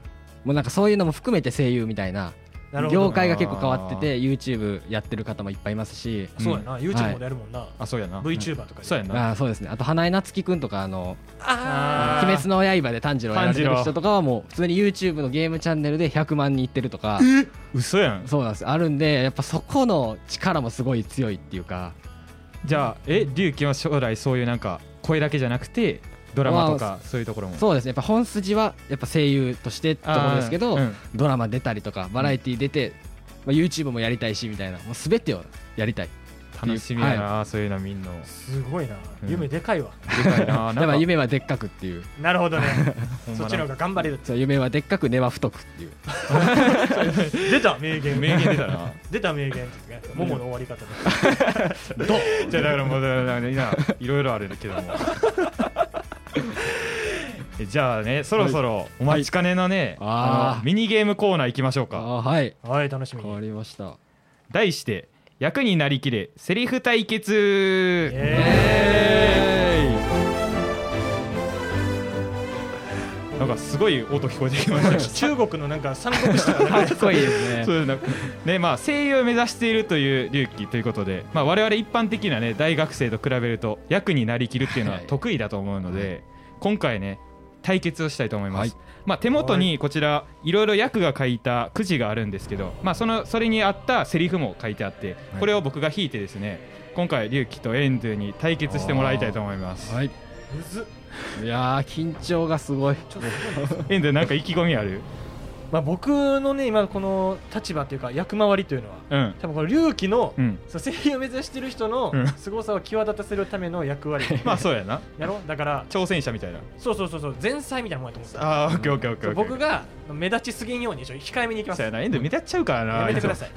もうなんかそういうのも含めて声優みたいななるほ業ど界が結構変わってて YouTube やってる方もいっぱいいますし、そうやな YouTube もやるもんなあそうやな VTuber とかでそうやなあーそうですねあと花江夏樹くんとかあのあ「ー鬼滅の刃」で炭治郎やられてる人とかはもう普通に YouTube のゲームチャンネルで100万人いってるとか嘘やんそうなんですあるんでやっぱそこの力もすごい強いっていうかじゃあえ龍樹は将来そういうなんか声だけじゃなくてドラマとまかそういうところもそうですねやっぱ本筋はやっぱ声優としてってところですけど、あーうんドラマ出たりとかバラエティ出て、まあ、YouTube もやりたいしみたいなもう全てをやりたい楽しみやなそういうのみんなですごいなうん夢でかいわかい なだからなんか夢はでっかくっていうなるほどね ほんまなそっちの方が頑張れるそう夢はでっかく根は太くっていう出た名言名言出たな 出た名言ですね桃の終わり方でじゃあだからもうだからだからないろいろあるけどもえじゃあねそろそろお待ちかねのね、はいあーのミニゲームコーナー行きましょうかあーはいはい楽しみ変わりました題して役になりきれセリフ対決えなんかすごい音聞こえてきましたー中国のなんか三国志とかか っこいいですそねうなんかねまあ声優を目指しているという隆起ということで、まあ、我々一般的なね大学生と比べると役になりきるっていうのははい得意だと思うので、今回ね対決をしたいと思います、はまあ、手元にこちらいろいろ役が書いたくじがあるんですけど、まあ、そのそれに合ったセリフも書いてあってはいこれを僕が引いてですね今回隆起とエンドゥに対決してもらいたいと思いますはいむずっいやー緊張がすごいちょっとすごいなエンドゥなんか意気込みあるまあ僕のね今この立場というか役回りというのはうん多分この龍騎のうんそう声優を目指してる人のうん凄さを際立たせるための役割 まあそうやなやろだから挑戦者みたいなそうそうそうそう前菜みたいなもんやと思ってたああオッケーオッケーオッケそーう僕が目立ちすぎんようにちょっと控えめにいきますそうややなエンドゥ目立っちゃうからなめてください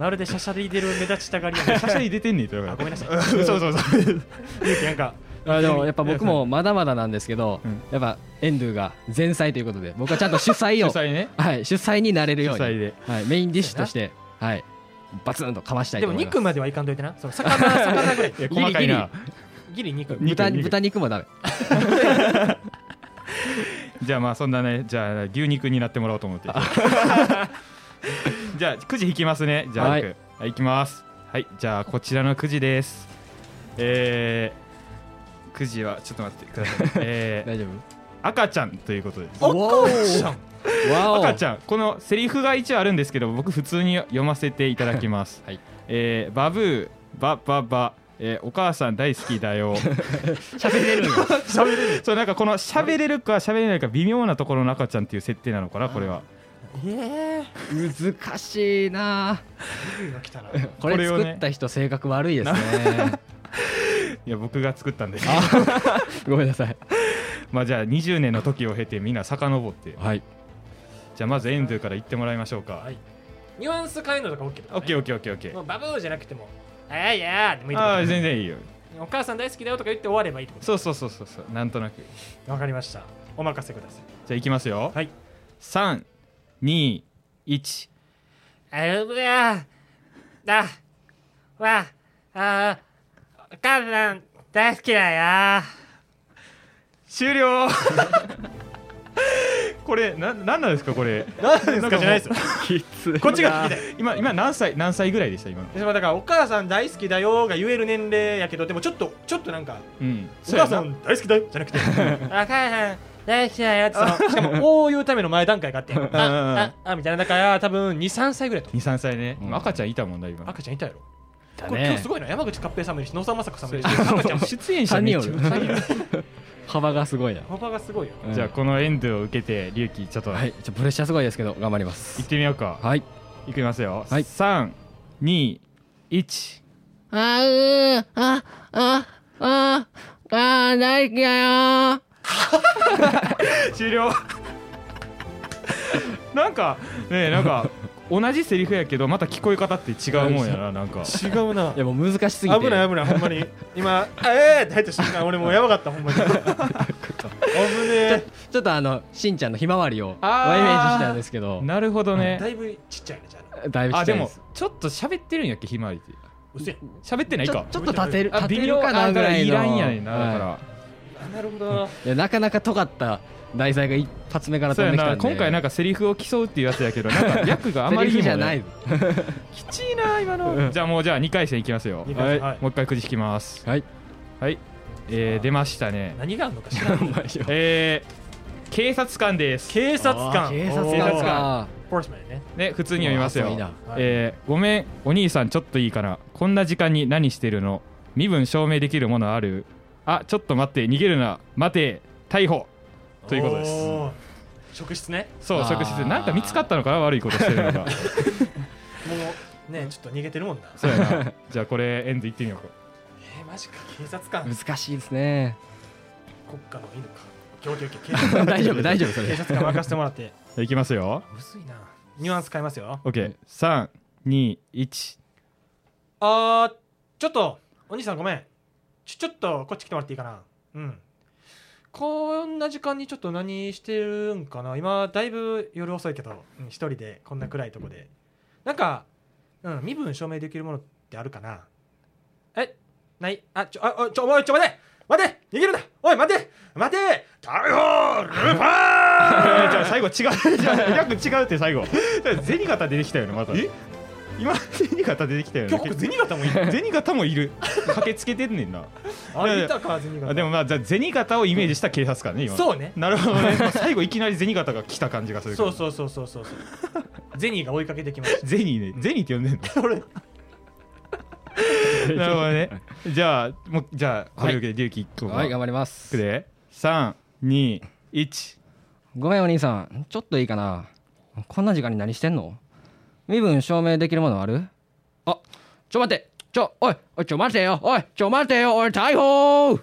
まるでシャシャリ出る目立ちたがりや ねシャシャリ出てんねんとあごめんなさいそうそうそう龍騎なんかあでもやっぱ僕もまだまだなんですけど、うんやっぱエンドゥが前菜ということで僕はちゃんと主主菜を催ねはい、主菜になれる主よう催に、ではい、メインディッシュとして、はい、バツンとかましたいでもと思います肉まではいかんといてなその魚魚ぐらいいや細かいなギリ肉豚肉肉豚肉もダメじゃあまあそんなねじゃあ牛肉になってもらおうと思って じゃあくじ引きますねじゃあ、はい僕はい、いきますはいじゃあこちらのくじですえー、くじはちょっと待ってください、え ー、大丈赤ちゃんということですおっかしゃん夫わ赤ちゃんこのセリフが一応あるんですけど僕普通に読ませていただきます、 はいえーバブーバババ、えーお母さん大好きだよ 喋 れるよそうなんかこの喋れるか喋れないか微妙なところの赤ちゃんっていう設定なのかなこれ はえ難しいなえが来たなこれこれをね作った人性格悪いですねいや僕が作ったんです ごめんなさい まあじゃあ20年の時を経てみんな遡ってはいじゃあまずエンドゥから言ってもらいましょうか、はいニュアンス変えるのとか OK だオッケーオッーケーオッケーオッケーもうバブーじゃなくてもあいやーでもいいとあ思あうー全然いいよお母さん大好きだよとか言って終わればいいってことそうそうそうそうそうなんとなくじわかりましたお任せくださいゃあいきますよ、はい三二321あうわだわあお母さん大好きだよ終了 これな何なんですかこれ何ですかじゃないですよすこっちが聞きたい今今何歳何歳ぐらいでした今のでもだからお母さん大好きだよが言える年齢やけどでもちょっとちょっとなんかうんお母そうさやなん大好きだよじゃなく てお母さん大好きだよってそのしか もこういうための前段階 があってあんああみたいなだから多分23歳ぐらいと23歳ね、うん赤ちゃんいたもんだ今赤ちゃんいたやろだこれ今日ねすごいな山口勝平さんもいるし野沢雅子さんもいるし赤ちゃんもいる出演者三め人っおちゃる 幅がすごいな、パパがすごいようんじゃあこのエンドを受けて龍騎ちょっとは行いちょプレッシャーすごいですけど頑張りますってみようか、はいいきますよ、はい三二321あうああああ大好きだよ終了なんかねえなんか同じセリフやけどまた聞こえ方って違うもんやななんか違うないやもう難しすぎて危ない危ないほんまに今ええって入った瞬間俺もうやばかったほんまに危ねえちょっとあのしんちゃんのひまわりをイメあーージしたんですけどなるほどねだいぶちっちゃいねじゃあだいぶちあっちでゃいでもすちょっと喋ってるんやっけひまわりって薄い喋ってないちょかちょっと立てるあ立てるかなあだぐからいのいらんやねんなだから、はなるほどいいやなかなか尖った題材が一発目からそう飛やんできたなんで今回なんかかセリフを競うっていうやつやけどなん か役があまりにも、ね、じゃないきちいな今の じゃあもうじゃあ2回戦いきますよ二回戦はいもう一回くじ引きますはいはい、えー、出ましたね何があんのか知らんけどえー、警察官です警察官警察警察官かポリスマンやねね普通に読みますようわそういいなえー、ごめんお兄さんちょっといいかなこんな時間に何してるの身分証明できるものあるあちょっと待って逃げるな待て逮捕ということですおー職質ねそうあー職質なんか見つかったのかな悪いことしてるのがもうねちょっと逃げてるもんなそうやな じゃあこれエンド行ってみようかえー、マジか警察官難しいですね国家の 犬か強警警察官大丈夫大丈夫そ警れ察官任せてもらってじゃあいきますよ むずいなニュアンス変えますよ OK321 あーちょっとお兄さんごめんちょちょっとこっち来てもらっていいかなうんこんな時間にちょっと何してるんかな今だいぶ夜遅いけど、うん、一人でこんな暗いとこでなんか、うん、身分証明できるものってあるかなえないあちょああちょおいちょ待て待て逃げるなおい待て待て逮捕ルパンえーじゃあ最後 違うじゃあ略違うって 最後銭形出てきたよねまたえ今銭形出てきたよ今日ここね銭形もい る銭形もいる駆けつけてんねん なあいたか銭あ形でもまあじゃあ銭形をイメージした警察官ね今そうねなるほどね、 まあ最後いきなり銭形が来た感じがす るそううそう そうそうそうそうゼニーが追いかけてきました銭ね銭って呼 んでんのなるほど ねじゃあもうじゃあこれを受けて龍騎1個はい頑張りまくすで321ごめんお兄さんちょっといいかなこんな時間に何してんの身分証明できるものあるあちょ待ってちょおいおいちょ待てよおいちょ待てよおい逮捕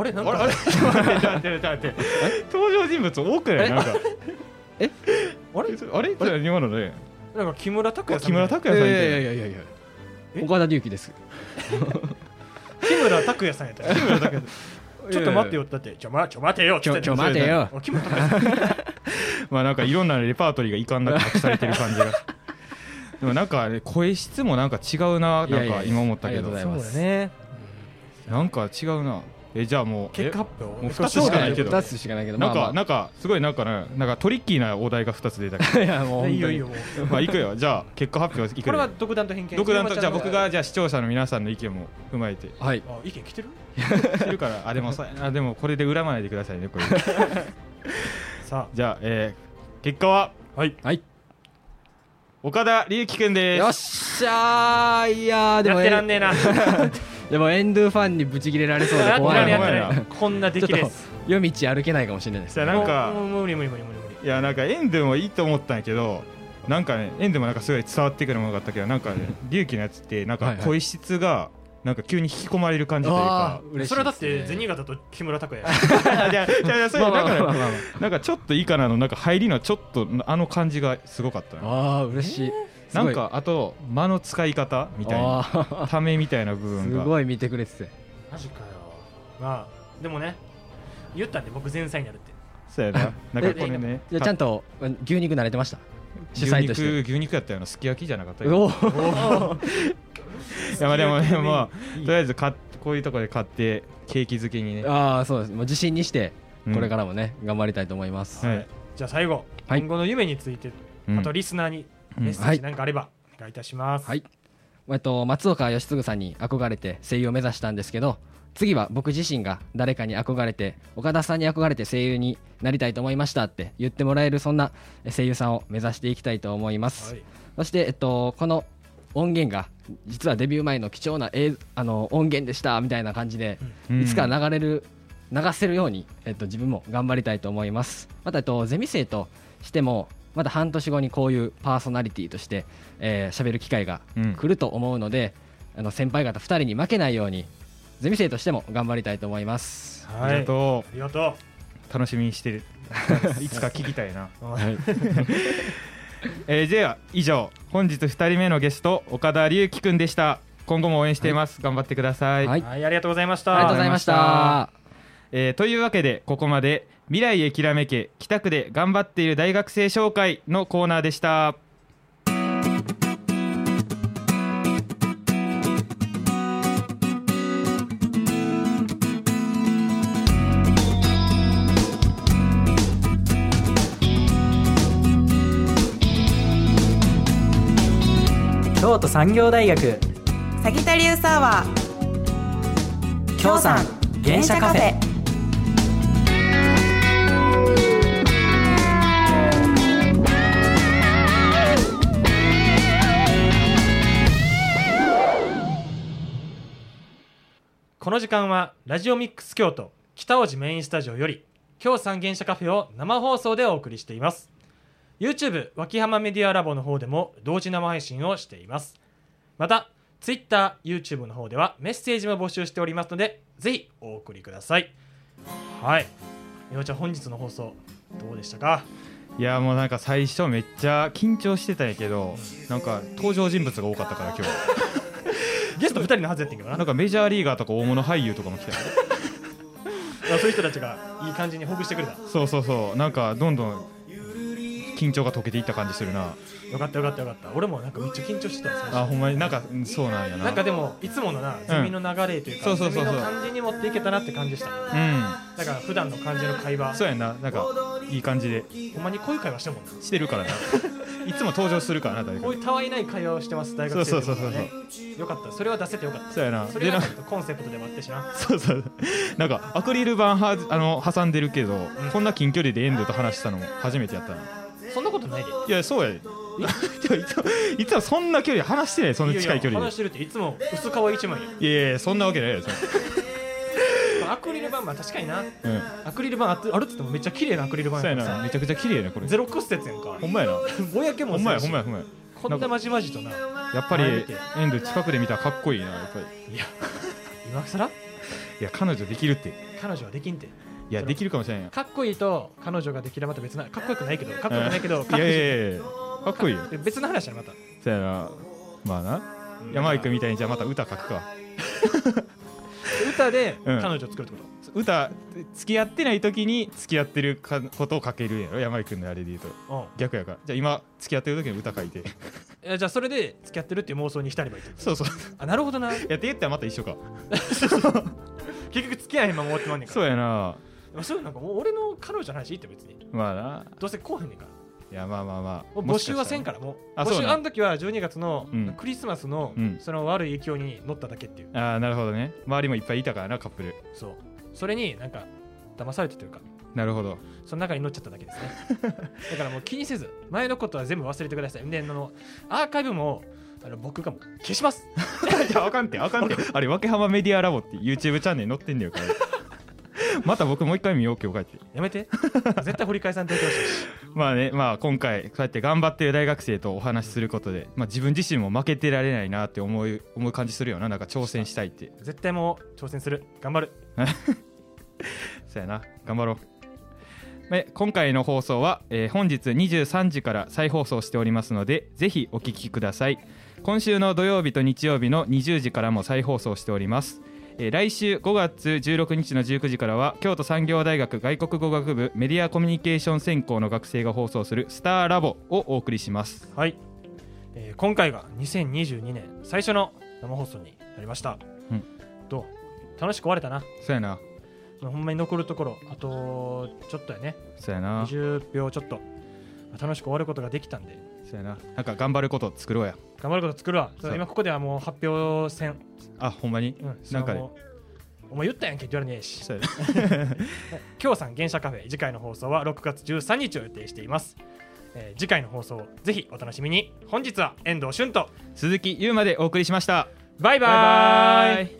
あれなんあれかあれちょっと待ってちょっと待ってちょっと待って登場人物多くない なんかあれあれじゃあ今のねなんか木村拓哉さん木みたいな村拓哉さんいてやいやいやえ岡田隆起です木村拓哉さんやったよちょっと待ってよだってちょまちょ待てよちょってちょ待てよお木 村拓哉さん まあなんかいろんなレパートリーがいかんなく隠されてる感じがでもなんかあれ声質もなんか違うななんいやいやか今思ったけありがとうごどざそういますだねなんか違うなえじゃあもう結果発え表もう難し二ついしかないねけど出すしかないけどなんか、まあまなんかすごいなんかねなんかトリッキーなお題が2つ出たけあいやもう本当にいいよいいよもうどまあいくよじゃあ結果発表いくこよれは独断と偏見独断とじゃあ僕があじゃあ視聴者の皆さんの意見も踏まえてはい意見来てる知るからあでも さあでもこれで恨まないでくださいねこれさじゃあ、えー結果ははいはい岡田隆輝くんですよっしゃーいやーあでやもってらんねえなでもエンドゥファンにブチ切れられそうやでって怖らいんねえやって怖いらんねえこんな出来ちょでっすと夜道歩けないかもしれないですじゃあなんかもうもう無理無理無理無理無理いやなんかエンドゥもいいと思ったんやけどなんかねエンドゥもなんかすごい伝わってくるものがあったけどなんかね 隆起のやつってなんはかいはい声質がなんか急に引き込まれる感じというあかー嬉しいですねそれはだって銭形と木村拓哉いやいやいやそれまあなんまあまあまかあねまあなんかちょっといいかなのなんか入りのちょっとあの感じがすごかったねああ嬉しいすなごんいかあと間の使い方みたいなあーためみたいな部分すがごい見てくれてて マジかよまあでもね言ったんで僕前菜になるってそうやななんかこれねじゃあちゃんと牛肉慣れてました主牛催として肉牛肉やったようなすき焼きじゃなかったよおおーいやまあでもねまあとりあえず買っこういうとこで買ってケーキ漬けにねああそうですもう自信にしてうんこれからもね頑張りたいと思いますはいじゃあ最後はい今後の夢についてうんあとリスナーにメッセージなんかあればお願いいたしますはいえっと松岡義嗣さんに憧れて声優を目指したんですけど次は僕自身が誰かに憧れて岡田さんに憧れて声優になりたいと思いましたって言ってもらえるそんな声優さんを目指していきたいと思います、はいそして、えっと、この音源が実はデビュー前の貴重な映あの音源でしたみたいな感じで、うんいつか流れる流せるように、えっと、自分も頑張りたいと思いますまた、えっと、ゼミ生としてもまた半年後にこういうパーソナリティとして喋、えー、喋る機会がうん来ると思うので、あの先輩方2人に負けないようにゼミ生としても頑張りたいと思いますありがうとありがとう楽しみにしてるいつか聞きたいな、う えー、では以上本日2人目のゲスト岡田隆輝くんでした今後も応援しています、頑張ってください、はいはいありがとうございましありがとうごたざいましたありがとうございえーというわけでここまで「未来へきらめけ北区で頑張っている大学生紹介」のコーナーでした京都産業大学サギタリウサーワー京山原車カフェこの時間はラジオミックス京都北大路メインスタジオより京三原社カフェを生放送でお送りしています YouTube 脇浜メディアラボの方でも同時生配信をしていますまた TwitterYouTube の方ではメッセージも募集しておりますのでぜひお送りくださいはいみほちゃん本日の放送どうでしたかいやもうなんか最初めっちゃ緊張してたんやけどなんか登場人物が多かったから今日ゲスト2人のはずやってんけどななんかメジャーリーガーとか大物俳優とかも来たよそういう人たちがいい感じにほぐしてくれたそうそうそうなんかどんどん緊張が解けていった感じするなよかったよかったよかった俺もなんかめっちゃ緊張してたわ最初あほんまになんかうんそうなんやななんかでもいつものなゼミの流れというそかうそゼうそミうそのう感じに持っていけたなって感じでしたうだから普段の感じの会ん話そうやんななんかいい感じでほんまにこういう会話してもんなしてるから ないつも登場するからな誰かこういうたわいない会話をしてます大そ学うそ生うそうそうとかねよかったそれは出せてよかっそうやなたそれでがなちょっとコンセプトでもあったしなそうそうなんかアクリル板はあの挟んでるけど、こんな近距離で遠藤と話したのも初めてやったないそんなことないでやそうやで いやいつもいつもそんな距離話してないそんな近い距やや離話してるっていつも薄皮一枚やでいやいやそんなわけないよそれアクリル板は確かにな うんアクリル板あってあるっつってもめっちゃ綺麗なアクリルそう板ややからなさめちゃくちゃ綺麗ねこれゼロ骨折やんかほんまやなぼやけもほんまやせほんしんまやほんまやこんなまじまじとなやっぱり前見て遠藤近くで見たらかっこいいなやっぱり 今更いや彼女できるって彼女はできんていやできるかもしれんやかっこいいと彼女ができればまた別なかっこよくないけどかっこよくないけどいやいやいやかっこいいよかっこいい別の話やなまたそうやなまあな山井君みたいにじゃあまた歌書くか歌でうん彼女を作るってこと、歌付き合ってない時に付き合ってるかことを書けるやろ山井君のあれで言うとうん逆やからじゃあ今付き合ってる時に歌書い てえじゃあそれで付き合ってるっていう妄想に浸ればいいってことそうそうあなるほどなやって言ったらまた一緒か結局付き合いへんまま終わってまんねんからそうやなまあそういうなんかもう俺の彼女の話いいって別にまあなどうせこうへんねんからいやまあまあまあもう募集はせんもしかしからもうあ募そう集なんあの時は12月のうんクリスマスのうんその悪い影響に乗っただけっていうたらああなるほどね周りもいっぱいいたからなカップルそうそれになんか騙されてというかなるほどその中に乗っちゃっただけですね だからもう気にせず前のことは全部忘れてくださいであのアーカイブもあの僕がもう消します いやあかんてあかんて あれわけはまメディアラボって YouTube チャンネルに載ってんね よからまた僕もう一回見よう今日帰ってやめて 絶対掘り返さんといてほしいしまあねまあ今回そうやって頑張ってる大学生とお話しすることで、まあ、自分自身も負けてられないなって思う思う感じするよななんか挑戦したいって絶対もう挑戦する頑張るそうやな頑張ろうえ今回の放送は、えー本日23時から再放送しておりますのでぜひお聞きください今週の土曜日と日曜日の20時からも再放送しておりますえー来週5月16日の19時からは京都産業大学外国語学部メディアコミュニケーション専攻の学生が放送する「スターラボ」をお送りしますはい、えー今回が2022年最初の生放送になりました、うんどう楽しく終われたなそうやなほんまに残るところあとちょっとやねそうやなそ20秒ちょっと楽しく終わることができたんでうやななんか頑張ること作ろうや頑張ること作るわそう今ここではもう発表せん、あほんまに、うんなんかそのねもうお前言ったやんけって言われねえしそうやな京さん原社カフェ次回の放送は6月13日を予定しています、えー次回の放送をぜひお楽しみに本日は遠藤俊と鈴木優馬でお送りしましたバイババイバイイ